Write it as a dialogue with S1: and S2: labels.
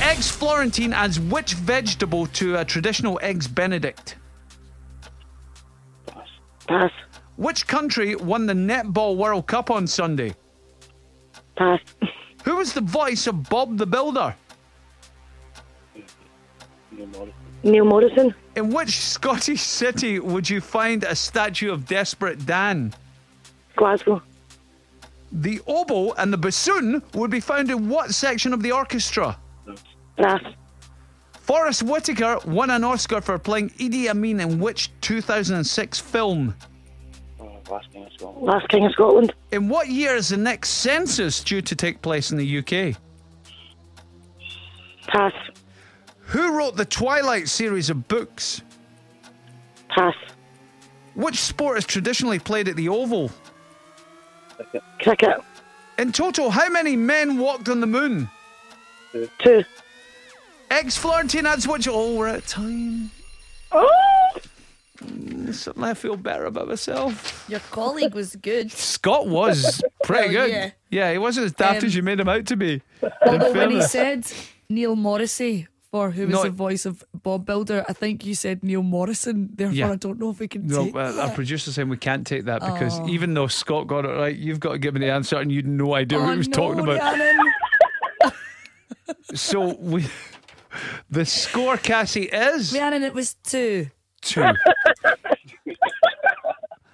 S1: Eggs Florentine adds which vegetable to a traditional Eggs Benedict?
S2: Pass.
S1: Which country won the Netball World Cup on Sunday?
S2: Pass.
S1: Who was the voice of Bob the Builder?
S2: Neil Morrison.
S1: In which Scottish city would you find a statue of Desperate Dan?
S2: Glasgow.
S1: The oboe and the bassoon would be found in what section of the orchestra?
S2: Pass.
S1: Forrest Whitaker won an Oscar for playing Idi Amin in which 2006 film?
S2: Last King of Scotland.
S1: In what year is the next census due to take place in the UK?
S2: Pass.
S1: Who wrote the Twilight series of books?
S2: Pass.
S1: Which sport is traditionally played at the Oval?
S2: Cricket.
S1: In total, how many men walked on the moon?
S2: Two.
S1: Ex Florentine adds which? Oh, we're at time. Oh! Suddenly I feel better about myself.
S3: Your colleague was good.
S1: Scott was pretty
S3: Well,
S1: good.
S3: Oh, yeah.
S1: he wasn't as daft
S3: Um,
S1: as you made him out to be. In
S3: Although when he
S1: fairness.
S3: said Neil Morrissey for who was
S1: No.
S3: the voice of Bob Builder, I think you said Neil Morrison. Therefore,
S1: Yeah.
S3: I don't know if we can
S1: No,
S3: take.
S1: uh, our producer's saying we can't take that because
S3: Oh.
S1: even though Scott got it right, you've got to give me the answer and you'd no idea what
S3: Oh,
S1: he was
S3: no,
S1: talking about.
S3: Rhiannon.
S1: So we, the score, Cassie, is
S3: Rhiannon, it was two.
S1: two.